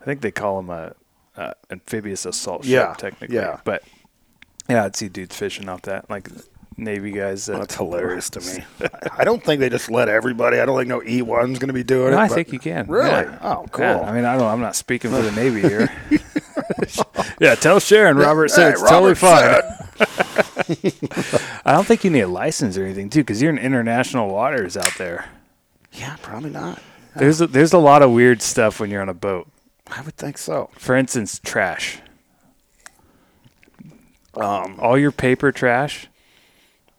S1: I think they call them a, a amphibious assault
S2: Yeah,
S1: ship, technically.
S2: yeah.
S1: But yeah, I'd see dudes fishing off that, like Navy guys. That,
S2: That's hilarious to me. I don't think they just let everybody. I don't think no E one's going to be doing
S1: No,
S2: it.
S1: I
S2: but-
S1: think you can.
S2: Really?
S1: Yeah.
S2: Oh, cool.
S1: Yeah, I mean, I don't. I'm not speaking for the Navy here. yeah, tell Sharon Robert said
S2: Hey,
S1: it's totally
S2: Robert
S1: fine. I don't think you need a license or anything too, because you're in international waters out there.
S2: yeah, probably not.
S1: There's a, there's a lot of weird stuff when you're on a boat.
S2: I would think so.
S1: For instance, trash. Um, all your paper trash,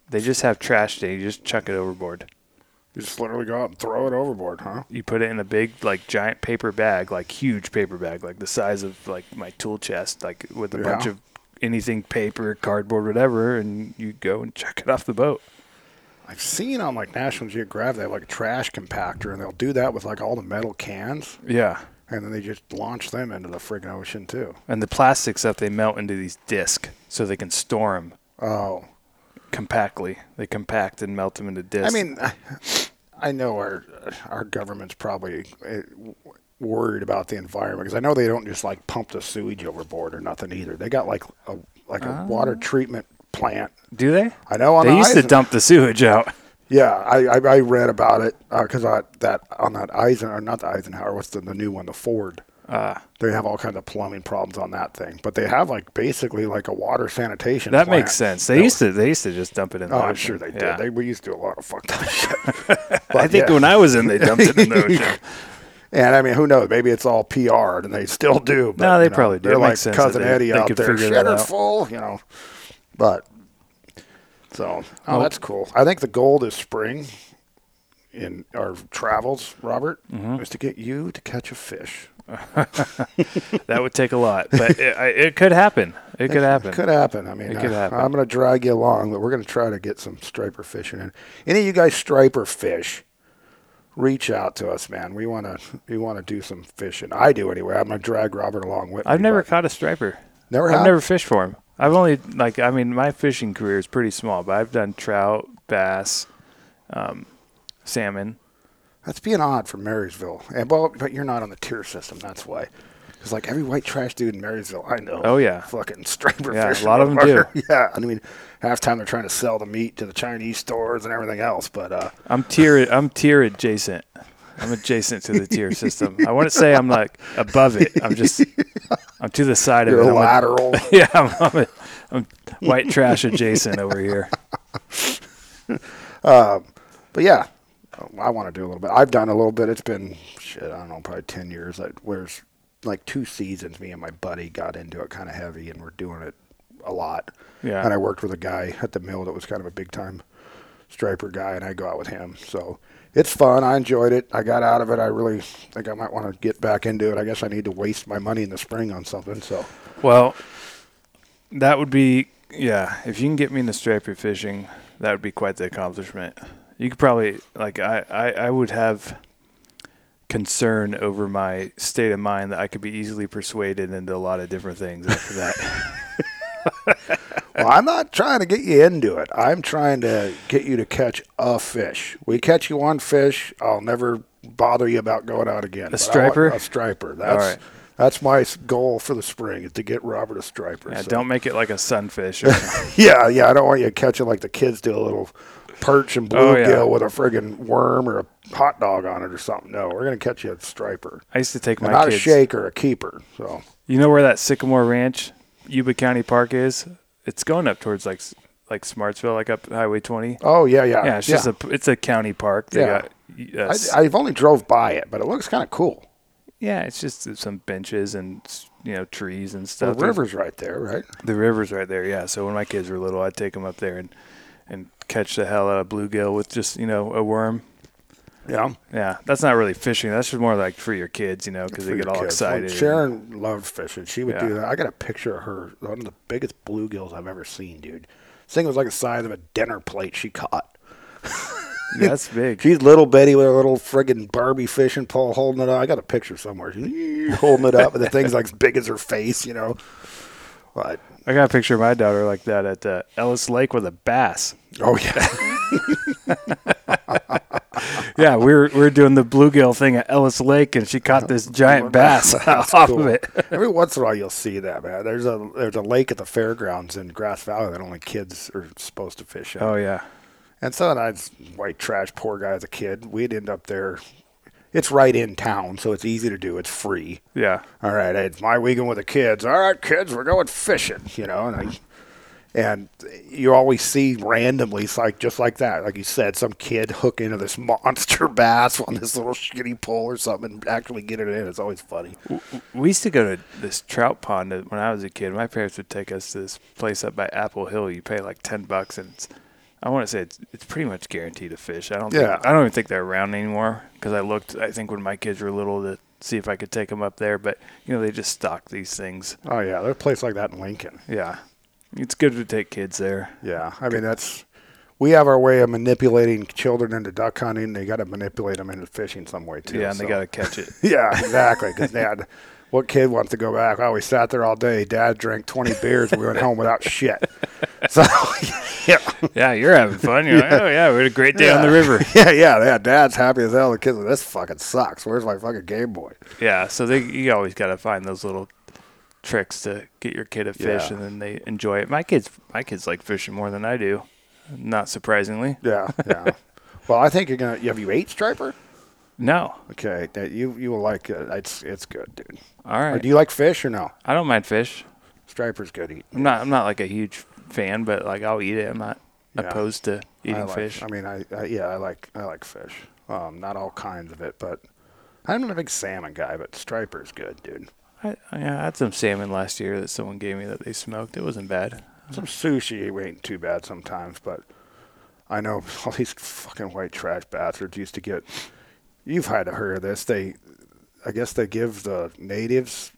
S1: they just have trash day. You just chuck it overboard.
S2: You just literally go out and throw it overboard, huh?
S1: You put it in a big, like, giant paper bag, like huge paper bag, like the size of like my tool chest, like with a bunch
S2: Yeah.
S1: of anything, paper, cardboard, whatever, and you go and chuck it off the boat.
S2: I've seen on like National Geographic they have like a trash compactor, and they'll do that with like all the metal cans,
S1: Yeah,
S2: and then they just launch them into the friggin' ocean too.
S1: and the plastic stuff they melt into these discs so they can store them
S2: Oh,
S1: compactly. They compact and melt them into
S2: I
S1: discs.
S2: mean, I- I know our our government's probably eh, worried about the environment because I know they don't just like pump the sewage overboard or nothing either. They got like a like a water treatment plant.
S1: do they?
S2: I know on
S1: they
S2: the
S1: used to
S2: Eisen-
S1: dump the sewage out.
S2: Yeah, I I, I read about it because I that on that Eisen or not the Eisenhower, what's the, the new one, the Ford.
S1: Ah.
S2: Uh, they have all kinds of plumbing problems on that thing, but they have like basically like a water sanitation.
S1: That
S2: plant
S1: makes sense. They
S2: that-
S1: used to they used to just dump it in.
S2: Oh,
S1: the
S2: I'm
S1: ocean.
S2: sure they did.
S1: Yeah.
S2: They we used to do a lot of fucked up shit.
S1: I think
S2: yeah.
S1: when I was in, they dumped it in the ocean.
S2: And I mean, who knows? Maybe it's all PR, and they still do. But,
S1: No, they
S2: you know,
S1: probably do.
S2: They're
S1: It
S2: like
S1: makes sense that
S2: cousin
S1: they-
S2: Eddie
S1: they
S2: out
S1: could
S2: there,
S1: figure that
S2: shitter
S1: out.
S2: full, you know. But so, oh, that's cool. I think the goal this spring in our travels, Robert,
S1: Mm-hmm.
S2: is to get you to catch a fish.
S1: That would take a lot, but it, I- it could happen. It could happen.
S2: Could happen. I mean,
S1: It could
S2: uh,
S1: happen.
S2: I'm going to drag you along, but we're going to try to get some striper fishing in. Any of you guys striper fish? Reach out to us, man. We want to. We want to do some fishing. I do anyway. I'm going to drag Robert along with
S1: I've
S2: me,
S1: never
S2: but-
S1: caught a striper.
S2: Never
S1: I've
S2: have?
S1: never fished for him. I've only like I mean my fishing career is pretty small, but I've done trout, bass, um, salmon.
S2: That's being odd for Marysville. And well, but you're not on the tier system. That's why. Because like every white trash dude in Marysville, I know.
S1: Oh, yeah.
S2: fucking striper
S1: Yeah, a
S2: fish.
S1: lot of 'em do.
S2: Yeah, I mean, half time they're trying to sell the meat to the Chinese stores and everything else. But uh,
S1: I'm tier. I'm tier adjacent. I'm adjacent to the tier system. I wouldn't say I'm like above it. I'm just. I'm to the side
S2: you're
S1: of it. I'm a-
S2: lateral.
S1: yeah, I'm, I'm, a, I'm white trash adjacent over here.
S2: But yeah, I want to do a little bit. I've done a little bit. It's been shit. I don't know, probably ten years. Like, Where's like two seasons. Me and my buddy got into it kind of heavy, and we're doing it a lot.
S1: Yeah.
S2: And I worked with a guy at the mill that was kind of a big time striper guy, and I go out with him. So it's fun. I enjoyed it. I got out of it. I really think I might want to get back into it. I guess I need to waste my money in the spring on something. So
S1: Well, that would be yeah. If you can get me into striper fishing, that would be quite the accomplishment. You could probably like I I, I would have concern over my state of mind that I could be easily persuaded into a lot of different things after that.
S2: well, I'm not trying to get you into it. I'm trying to get you to catch a fish. We catch you one fish, I'll never bother you about going out again. But I want
S1: striper?
S2: A striper. That's
S1: right.
S2: that's my s- goal for the spring is to get Robert a striper.
S1: yeah,
S2: So-
S1: don't make it like a sunfish. Or something.
S2: Yeah, yeah. I don't want you catching like the kids do a little perch and
S1: Oh, yeah.
S2: bluegill with a friggin' worm or a hot dog on it or something. No, we're gonna catch you a striper,
S1: I used to take
S2: and
S1: my
S2: not
S1: kids.
S2: a shaker, a keeper. So
S1: You know where that Sycamore Ranch, Yuba County Park is? It's going up towards like S- like Smartsville, like up Highway 20.
S2: oh yeah, yeah,
S1: Yeah, it's just a it's a county park. They
S2: Yeah.
S1: got uh, s-
S2: I, I've only drove by it, but it looks kind of cool.
S1: yeah, it's just some benches and s- you know trees and
S2: The
S1: stuff. There's-
S2: river's right there, right?
S1: the river's right there. Yeah, so when my kids were little, I'd take them up there and and catch the hell out of bluegill with just you know a worm.
S2: Yeah.
S1: Yeah, that's not really fishing. That's just more like for your kids, you know, because they
S2: for
S1: get
S2: your
S1: all
S2: kids. Well,
S1: excited. and-
S2: Sharon loved fishing. She would
S1: Yeah.
S2: do that. I got a picture of her, one of the biggest bluegills I've ever seen, dude. This thing was like the size of a dinner plate she caught.
S1: yeah, that's big.
S2: She's little Betty with her little friggin' Barbie fishing pole holding it up. I got a picture somewhere. She's holding it up, and the thing's like as big as her face, you know. But,
S1: I got a picture of my daughter like that at uh, Ellis Lake with a bass.
S2: oh, yeah.
S1: Yeah, we were we were doing the bluegill thing at Ellis Lake, and she caught this giant bass
S2: That's
S1: off of
S2: cool.
S1: it.
S2: Every once in a while, you'll see that, man. There's a there's a lake at the fairgrounds in Grass Valley that only kids are supposed to fish at.
S1: Oh yeah,
S2: And so then I was white trash, poor guy as a kid. We'd end up there. It's right in town, so it's easy to do. It's free.
S1: yeah,
S2: All right, it's my weekend with the kids. All right, kids, we're going fishing, you know. And I, and you always see randomly, it's like just like that, like you said, some kid hook into this monster bass on this little shitty pole or something, and actually get it in. It's always funny.
S1: we used to go to this trout pond that- when I was a kid. My parents would take us to this place up by Apple Hill. You pay like ten bucks, and it's, I want to say it's it's pretty much guaranteed to fish. I don't
S2: Yeah.
S1: think, I don't even think they're around anymore because I looked. I think when my kids were little to see if I could take them up there, but you know they just stock these things.
S2: Oh yeah, there's a place like that in Lincoln.
S1: Yeah, it's good to take kids there.
S2: Yeah, I mean that's we have our way of manipulating children into duck hunting. They got to manipulate them into fishing some way too.
S1: Yeah, and they
S2: so-
S1: got to catch it.
S2: Yeah, exactly. Because dad, what kid wants to go back? Well, we sat there all day. Dad drank twenty beers. and We went home without shit. So yeah,
S1: Yeah, you're having fun. You're like, oh yeah, we had a great day on the
S2: Yeah.
S1: river.
S2: yeah, yeah, yeah. Dad's happy as hell. The kids, like, this fucking sucks. Where's my fucking Game Boy?
S1: Yeah, so they you always got to find those little tricks to get your kid a fish,
S2: Yeah.
S1: and then they enjoy it. My kids, my kids like fishing more than I do, not surprisingly.
S2: Yeah, yeah. well, I think you're gonna. Have you ate striper?
S1: No,
S2: Okay, that you you will like it. It's it's good, dude.
S1: all
S2: Or
S1: right,
S2: do you like fish or no?
S1: I don't mind fish.
S2: Striper's good eating.
S1: I'm not, I'm not like a huge fan, but like I'll eat it. I'm not
S2: Yeah.
S1: opposed to eating
S2: I like,
S1: fish.
S2: I mean, I, I yeah, I like I like fish. Um, not all kinds of it, but I'm not a big salmon guy, but striper's good, dude.
S1: I, I had some salmon last year that someone gave me that they smoked. It wasn't bad.
S2: Some sushi ain't too bad sometimes, but I know all these fucking white trash bastards used to get. You've had to hear of this. They, I guess they give the natives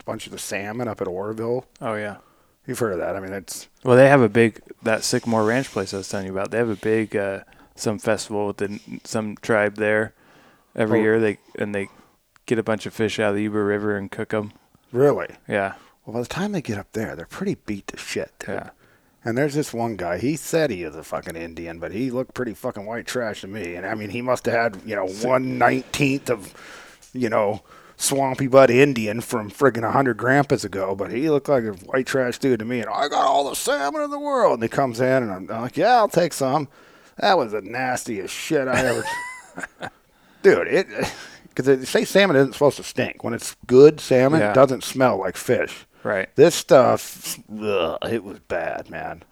S2: a bunch of the salmon up at Oroville.
S1: Oh yeah.
S2: You've heard of that. I mean, it's
S1: Well, they have a big that Sycamore Ranch place I was telling you about. They have a big uh, some festival with the, some tribe there every
S2: Oh.
S1: year. They and they get a bunch of fish out of the Yuba River and cook them.
S2: really.
S1: Yeah,
S2: Well, by the time they get up there, they're pretty beat to shit. Dude.
S1: Yeah.
S2: And there's this one guy. He said he is a fucking Indian, but he looked pretty fucking white trash to me. And I mean, he must have had you know one nineteenth of you know swampy butt Indian from friggin' a hundred grandpas ago. But he looked like a white trash dude to me. And I got all the salmon in the world. And he comes in, and I'm like, yeah, I'll take some. That was the nastiest shit I ever. dude, it because they say salmon isn't supposed to stink. When it's good salmon,
S1: Yeah.
S2: it doesn't smell like fish.
S1: Right.
S2: This stuff, ugh, it was bad, man.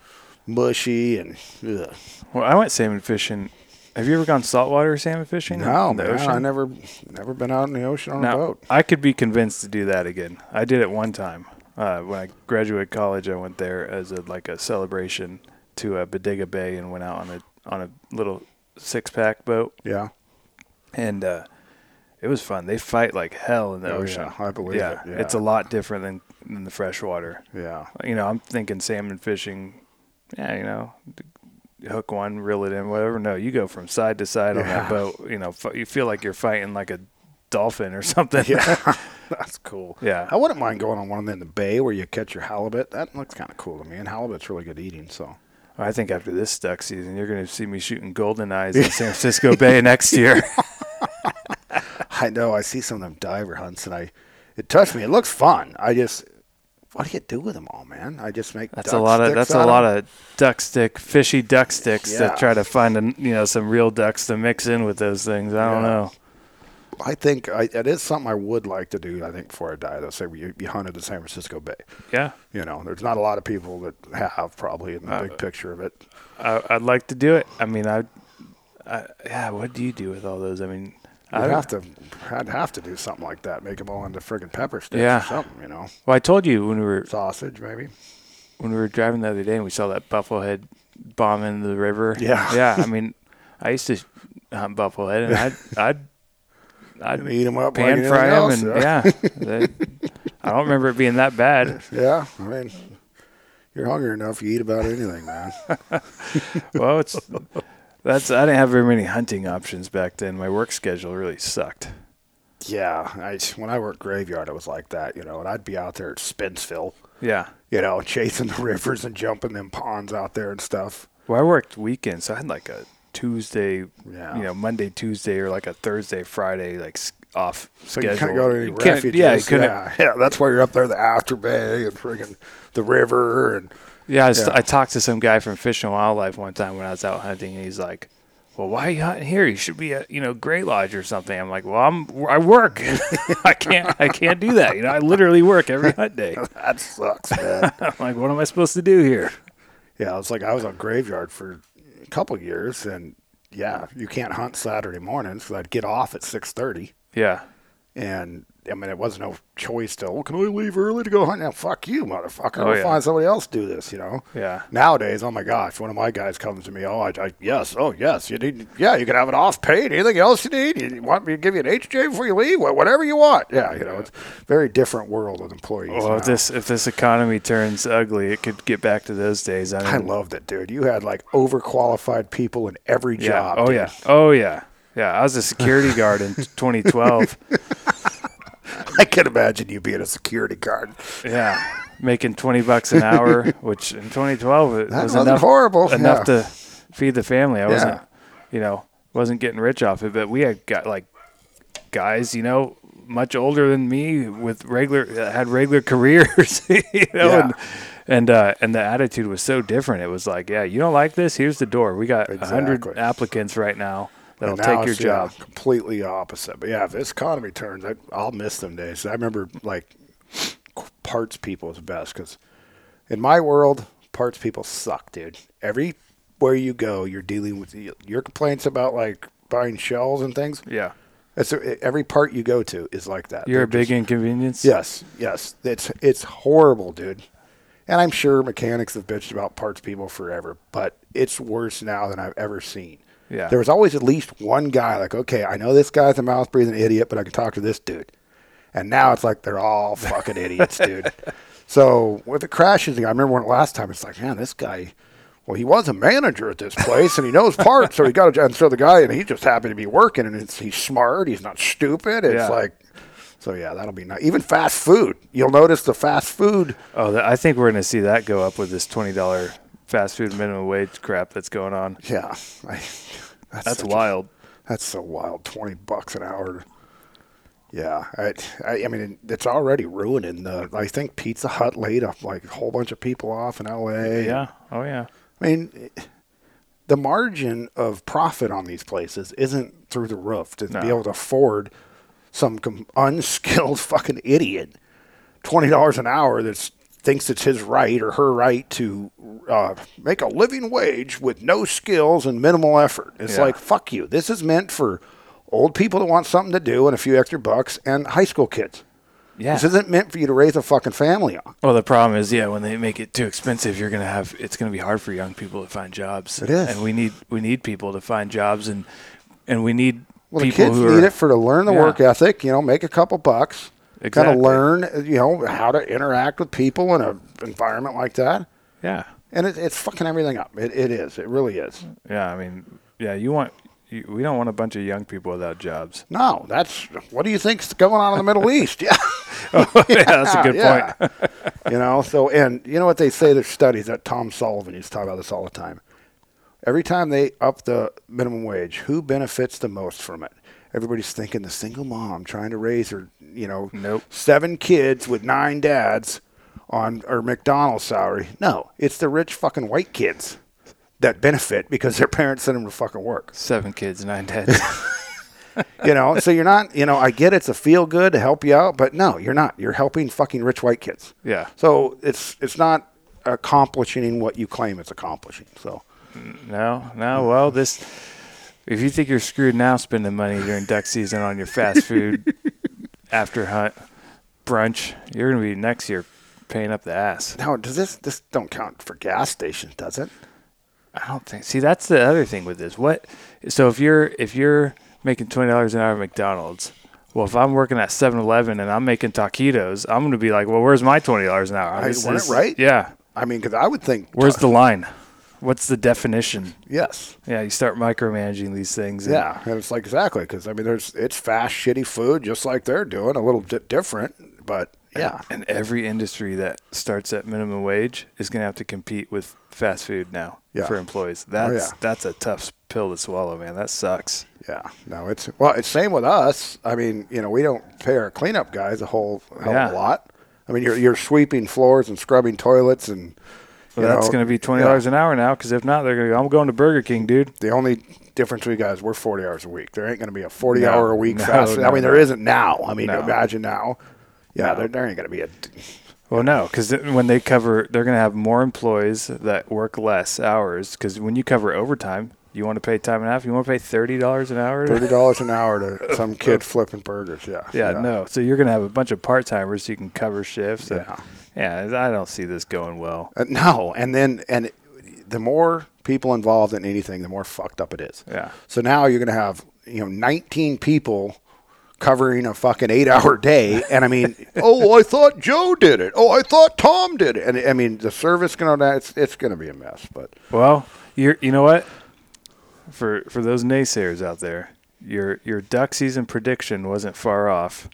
S2: Mushy and ugh.
S1: Well, I went salmon fishing. Have you ever gone saltwater salmon fishing?
S2: no,
S1: in Mm-hmm. the
S2: man.
S1: ocean?
S2: I never, never been out in the ocean on
S1: Now,
S2: a boat.
S1: I could be convinced to do that again. I did it one time uh, when I graduated college. I went there as a like a celebration to uh, Bodega Bay and went out on a on a little six pack boat,
S2: Yeah,
S1: and uh, it was fun. They fight like hell in the
S2: Oh,
S1: ocean.
S2: yeah. I believe
S1: yeah,
S2: it. Yeah.
S1: it's a lot different than than the freshwater.
S2: yeah,
S1: You know, I'm thinking salmon fishing. Yeah, you know. d- Hook one, reel it in, whatever. No, you go from side to side on that
S2: Yeah.
S1: boat. You know, f- you feel like you're fighting like a dolphin or something.
S2: yeah. That's cool.
S1: Yeah.
S2: I wouldn't mind going on one in the bay where you catch your halibut. That looks kind of cool to me, and halibut's really good eating. So
S1: I think after this duck season, you're going to see me shooting golden eyes in San Francisco Bay next year.
S2: I know I see some of them diver hunts, and I it touched me. It looks fun. I just, what do you do with them all, man? I just make
S1: That's a lot of that's a lot of duck stick, fishy duck sticks
S2: Yeah.
S1: to try to find an you know some real ducks to mix in with those things. I don't
S2: Yeah.
S1: know.
S2: I think I, it is something I would like to do. I think before I die, though, say you, you hunted the San Francisco Bay.
S1: Yeah,
S2: You know, there's not a lot of people that have probably in the
S1: Uh,
S2: big picture of it.
S1: I, I'd like to do it. I mean, I, I yeah. What do you do with all those? I mean, I
S2: I'd
S1: don't-
S2: have to, I'd have to do something like that. Make them all into friggin' pepper sticks
S1: Yeah.
S2: or something. You know,
S1: Well, I told you when we were
S2: sausage maybe.
S1: when we were driving the other day and we saw that bufflehead bomb in the river.
S2: Yeah.
S1: yeah. I mean, I used to hunt bufflehead, and I'd I'd I'd
S2: And eat them up, like
S1: pan
S2: anything
S1: fry
S2: else,
S1: them, and yeah, They- I don't remember it being that bad.
S2: yeah. I mean, you're hungry enough, you eat about anything, man.
S1: Well, it's that's I didn't have very many hunting options back then. My work schedule really sucked.
S2: yeah, I when I worked graveyard, it was like that. You know, and I'd be out there at Spinsville,
S1: Yeah,
S2: you know, chasing the rivers and jumping them ponds out there and stuff.
S1: well, I worked weekends, so I had like a Tuesday,
S2: Yeah.
S1: you know, Monday, Tuesday, or like a Thursday, Friday, like s- off
S2: So
S1: schedule.
S2: you couldn't go to any
S1: You couldn't-
S2: refuges.
S1: Yeah, you couldn't.
S2: yeah, yeah, that's why you're up there, the after bay and friggin' the river and
S1: Yeah, I, was-
S2: Yeah.
S1: I talked to some guy from Fish and Wildlife one time when I was out hunting, and he's like, "Well, why are you hunting here? You should be at you know Gray Lodge or something." I'm like, "Well, I'm I work. I can't I can't do that. You know, I literally work every hunt day.
S2: that sucks, man.
S1: I'm like, what am I supposed to do here?"
S2: yeah, it's like I was on graveyard for a couple of years, and yeah, you can't hunt Saturday mornings. So I'd get off at six thirty,
S1: Yeah,
S2: and I mean it was no choice to. Well, can we leave early to go hunt? Now, fuck you, motherfucker.
S1: Oh,
S2: I'll
S1: yeah.
S2: find somebody else to do this. You know.
S1: yeah,
S2: Nowadays, oh my gosh, one of my guys comes to me. Oh, I, I yes, oh yes, you need. Yeah, you can have it off paid. Anything else you need? You want me to give you an HJ before you leave? Wha- Whatever you want. Yeah, you know, it's a very different world of employees.
S1: Well,
S2: now.
S1: if Oh, this if this economy turns ugly, it could get back to those days. I mean,
S2: I loved it, dude. You had like overqualified people in every
S1: yeah.
S2: job.
S1: oh
S2: dude.
S1: yeah. Oh yeah. Yeah. I was a security guard in 2012.
S2: I can imagine you being a security guard.
S1: yeah, making 20 bucks an hour, which in 2012 it
S2: That
S1: was
S2: wasn't
S1: enough
S2: horrible.
S1: enough
S2: Yeah.
S1: to feed the family. I wasn't,
S2: Yeah.
S1: you know, wasn't getting rich off it, but we had got like guys, you know, much older than me with regular that had regular careers, you know,
S2: Yeah.
S1: and and uh, and the attitude was so different. It was like, yeah, you don't like this? Here's the door. We got a
S2: Exactly.
S1: 100 applicants right now that'll
S2: And now
S1: take your
S2: it's, yeah,
S1: job.
S2: completely opposite. But yeah, if this economy turns, I, I'll miss them days. I remember like parts people is best because in my world, parts people suck, dude. Everywhere you go, you're dealing with your complaints about like buying shells and things.
S1: Yeah.
S2: It's, e, every part you go to is like that.
S1: You're
S2: They're
S1: a big inconvenience.
S2: Yes, yes. It's it's horrible, dude. And I'm sure mechanics have bitched about parts people forever, but it's worse now than I've ever seen.
S1: Yeah.
S2: There was always at least one guy like, okay, I know this guy's a mouth breathing idiot, but I can talk to this dude. And now it's like they're all fucking idiots, dude. So with the crashes, I remember when last time it's like, man, this guy. Well, he was a manager at this place, and he knows parts, so he got. A, and so the guy, and he's just happy to be working, and it's, he's smart. He's not stupid. It's
S1: Yeah.
S2: like so yeah, that'll be nice. Even fast food, you'll notice the fast food.
S1: Oh, th- I think we're going to see that go up with this twenty dollar fast food minimum wage crap that's going on.
S2: Yeah, I, that's,
S1: That's
S2: such a-
S1: wild.
S2: that's so wild. Twenty bucks an hour. Yeah, I, I, I mean, it's already ruining the. I think Pizza Hut laid off like a whole bunch of people off in L.A.
S1: yeah. Oh yeah.
S2: I mean, the margin of profit on these places isn't through the roof to
S1: No.
S2: be able to afford some com- unskilled fucking idiot twenty dollars an hour that thinks it's his right or her right to uh, make a living wage with no skills and minimal effort. It's
S1: Yeah.
S2: like fuck you. This is meant for old people that want something to do and a few extra bucks and high school kids.
S1: Yeah.
S2: This isn't meant for you to raise a fucking family on.
S1: Well, the problem is, yeah, when they make it too expensive, you're gonna have it's gonna be hard for young people to find jobs.
S2: It is.
S1: and we need we need people to find jobs, and and we need
S2: Well, the
S1: people
S2: kids
S1: who
S2: need
S1: are
S2: it for to learn the
S1: Yeah.
S2: work ethic. You know, make a couple bucks.
S1: Exactly.
S2: Kind of learn, you know, how to interact with people in an environment like that.
S1: yeah,
S2: And it, it's fucking everything up. It, it is. It really is.
S1: yeah. I mean, yeah, you want you, we don't want a bunch of young people without jobs.
S2: No, that's what do you think's going on in the Middle East? Yeah,
S1: yeah, that's a good point.
S2: point. you know, so and you know what they say? There's studies that Tom Sullivan used to talk about this all the time. Every time they up the minimum wage, who benefits the most from it? Everybody's thinking the single mom trying to raise her, you know,
S1: Nope.
S2: seven kids with nine dads on her McDonald's salary. No, it's the rich fucking white kids that benefit because their parents sent them to fucking work
S1: Seven kids, nine dads.
S2: you know so you're not you know i get it's a feel good to help you out but no you're not you're helping fucking rich white kids
S1: Yeah.
S2: so it's it's not accomplishing what you claim it's accomplishing so
S1: no, no. Well, this if you think you're screwed now, spending money during duck season on your fast food after hunt brunch, you're gonna be next year paying up the ass.
S2: now does this this don't count for gas stations does it
S1: I don't think. See, that's the other thing with this. What? So if you're if you're making twenty dollars an hour at McDonald's, well, if I'm working at 7-Eleven and I'm making taquitos, I'm gonna be like, well, where's my twenty dollars an hour?
S2: Right,
S1: This
S2: weren't it
S1: is-
S2: right?
S1: Yeah.
S2: i mean because i would think
S1: Where's the line? What's the definition?
S2: yes
S1: Yeah, you start micromanaging these things. and-
S2: yeah and it's like exactly because i mean there's it's fast shitty food just like they're doing a little di different but yeah
S1: And every industry that starts at minimum wage is going to have to compete with fast food now
S2: Yeah. Oh,
S1: for employees. That's
S2: yeah.
S1: that's a tough pill to swallow, man. That sucks.
S2: Yeah, no, it's well, it's same with us. I mean, you know, we don't pay our cleanup guys a whole hell
S1: Yeah.
S2: of a lot. I mean, you're you're sweeping floors and scrubbing toilets, and
S1: Well,
S2: you
S1: that's
S2: know,
S1: going to be twenty dollars an hour now. Because if not, they're going to. go, I'm going to Burger King, dude.
S2: yeah. The only difference we got is we're forty hours a week. There ain't going to be a forty
S1: No,
S2: hour a week
S1: no,
S2: fast. I
S1: no,
S2: mean,
S1: no.
S2: there isn't now. I mean,
S1: No.
S2: imagine now. Yeah,
S1: No.
S2: there, there ain't going to be a
S1: Well, no, because when they cover, they're going to have more employees that work less hours. Because when you cover overtime, you want to pay time and a half. You want to pay thirty dollars an hour.
S2: thirty dollars an hour to some kid flipping burgers. Yeah,
S1: Yeah, no. So you're going to have a bunch of part timers so you can cover shifts.
S2: Yeah.
S1: yeah. I don't see this going well.
S2: Uh, no, and then and it, the more people involved in anything, the more fucked up it is.
S1: Yeah.
S2: So now you're going to have you know 19 people covering a fucking eight hour day, and I mean, oh, I thought Joe did it. Oh, I thought Tom did it. And I mean, the service going to it's it's going to be a mess. But
S1: Well, you're you know what? For for those naysayers out there, your your duck season prediction wasn't far off.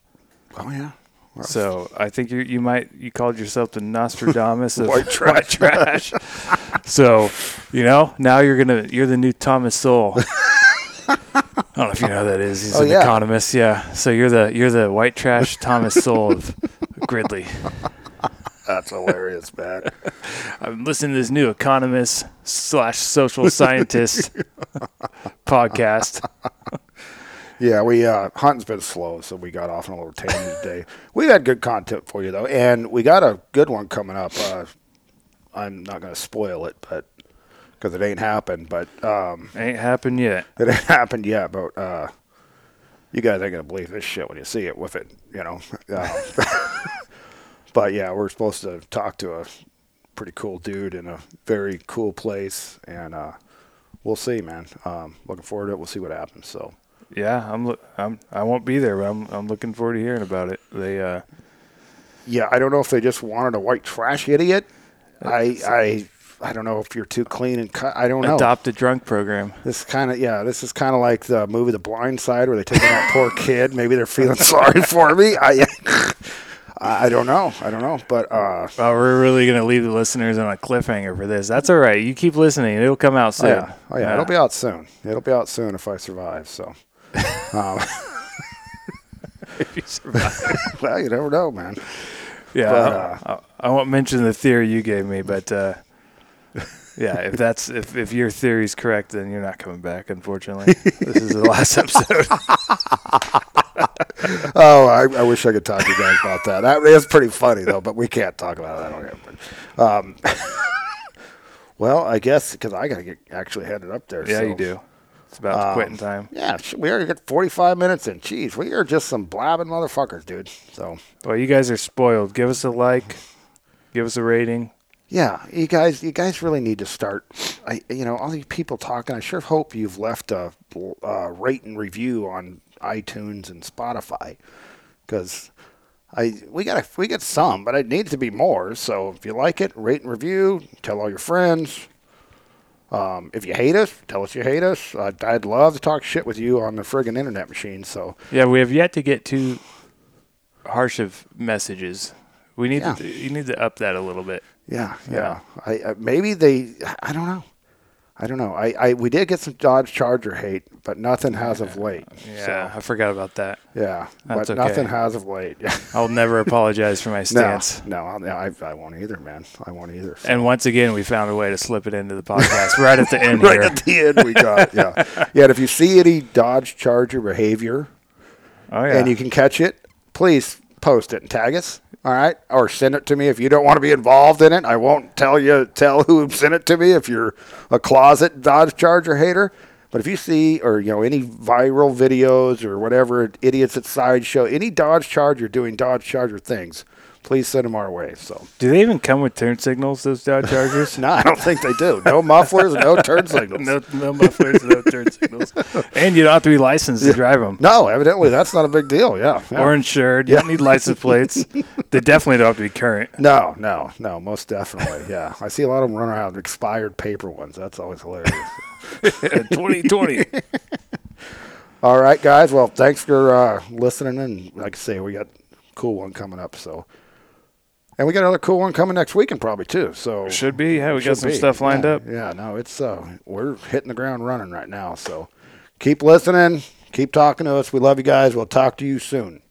S2: oh yeah, Well,
S1: So I think you you might you called yourself the Nostradamus of
S2: White trash.
S1: trash. so you know now you're gonna you're the new Thomas Sowell. I don't know if you know who that is. He's
S2: Oh,
S1: an
S2: yeah.
S1: economist. Yeah. So you're the you're the white trash Thomas Sowell of Gridley.
S2: that's hilarious, man.
S1: I'm listening to this new economist slash social scientist podcast.
S2: Yeah, we uh, hunting's been slow, so we got off on a little tangent today. We've had good content for you though, and we got a good one coming up. Uh, I'm not going to spoil it, but because it ain't happened, but um,
S1: Ain't happened yet.
S2: it ain't happened yet. But uh, you guys ain't going to believe this shit when you see it with it, you know. Uh, but yeah, we're supposed to talk to a pretty cool dude in a very cool place, and uh, we'll see, man. Um, looking forward to it. We'll see what happens. So.
S1: Yeah, I'm. loo- I'm. I won't be there, but I'm. I'm looking forward to hearing about it. They. Uh,
S2: Yeah, I don't know if they just wanted a white trash idiot. I I I don't know if you're too clean and cut. I don't know.
S1: Adopt a drunk program.
S2: This kind of yeah, this is kind of like the movie The Blind Side where they take in that poor kid. Maybe they're feeling sorry for me. I I I don't know. I don't know. But uh,
S1: Well, we're really going to leave the listeners on a cliffhanger for this. That's all right. You keep listening. It'll come out
S2: oh
S1: soon.
S2: yeah, oh yeah, it'll be out soon. It'll be out soon if I survive. So, um,
S1: If you survive.
S2: well, you never know, man.
S1: Uh, yeah.
S2: But,
S1: I, I- I won't mention the theory you gave me, but uh, yeah, if that's if, if your theory's correct, then you're not coming back, unfortunately. this is the last episode.
S2: Oh, I, I wish I could talk to you guys about that. that. That's pretty funny though, but we can't talk about that. on air. Um, well, I guess because I gotta get actually headed up there.
S1: yeah,
S2: so.
S1: you do. It's about
S2: Um,
S1: quitting time.
S2: Yeah, sh- we already got 45 minutes in. Jeez, we are just some blabbing motherfuckers, dude. So,
S1: Well, you guys are spoiled. Give us a like. Give us a rating.
S2: yeah, you guys, you guys really need to start. I, you know, all these people talking. I sure hope you've left a uh, rate and review on iTunes and Spotify, because I we got a, we got some, but it needs to be more. So if you like it, rate and review. Tell all your friends. Um, if you hate us, tell us you hate us. I'd, I'd love to talk shit with you on the friggin' internet machine. So.
S1: Yeah, we have yet to get too harsh of messages. We need
S2: Yeah.
S1: to, you need to up that a little bit.
S2: Yeah, yeah. I, I maybe they. I don't know. I don't know. I, I we did get some Dodge Charger hate, but nothing has of late.
S1: Yeah, I forgot about that.
S2: So, yeah.
S1: That's
S2: but
S1: okay.
S2: nothing has of late. Yeah.
S1: I'll never apologize for my
S2: no,
S1: stance.
S2: no, I'll- no, I, I won't either, man. I won't either. So-
S1: And once again, we found a way to slip it into the podcast right at the end
S2: right
S1: here.
S2: at the end, we got it. yeah. Yeah. And if you see any Dodge Charger behavior
S1: oh yeah,
S2: and you can catch it, please post it and tag us. All right, or send it to me if you don't want to be involved in it. I won't tell you tell who sent it to me if you're a closet Dodge Charger hater. But if you see or you know any viral videos or whatever idiots at sideshow, any Dodge Charger doing Dodge Charger things, please send them our way. So
S1: do they even come with turn signals? Those Dodge Chargers?
S2: no, I don't think they do. No mufflers, no turn signals.
S1: no, no mufflers, no turn signals, and you don't have to be licensed to drive them
S2: No, evidently that's not a big deal. Yeah. yeah.
S1: or insured. You don't need license plates. they definitely don't have to be current.
S2: No, no, no, most definitely. Yeah. I see a lot of them run around with expired paper ones. That's always hilarious.
S1: 2020.
S2: All right, guys. Well, thanks for uh, listening. And like I say, we got a cool one coming up. So, and we got another cool one coming next weekend, probably too. So
S1: Should be. Yeah, we got
S2: should
S1: some
S2: be.
S1: stuff lined
S2: Yeah,
S1: up.
S2: Yeah. No, it's uh, we're hitting the ground running right now. So keep listening. Keep talking to us. We love you guys. We'll talk to you soon.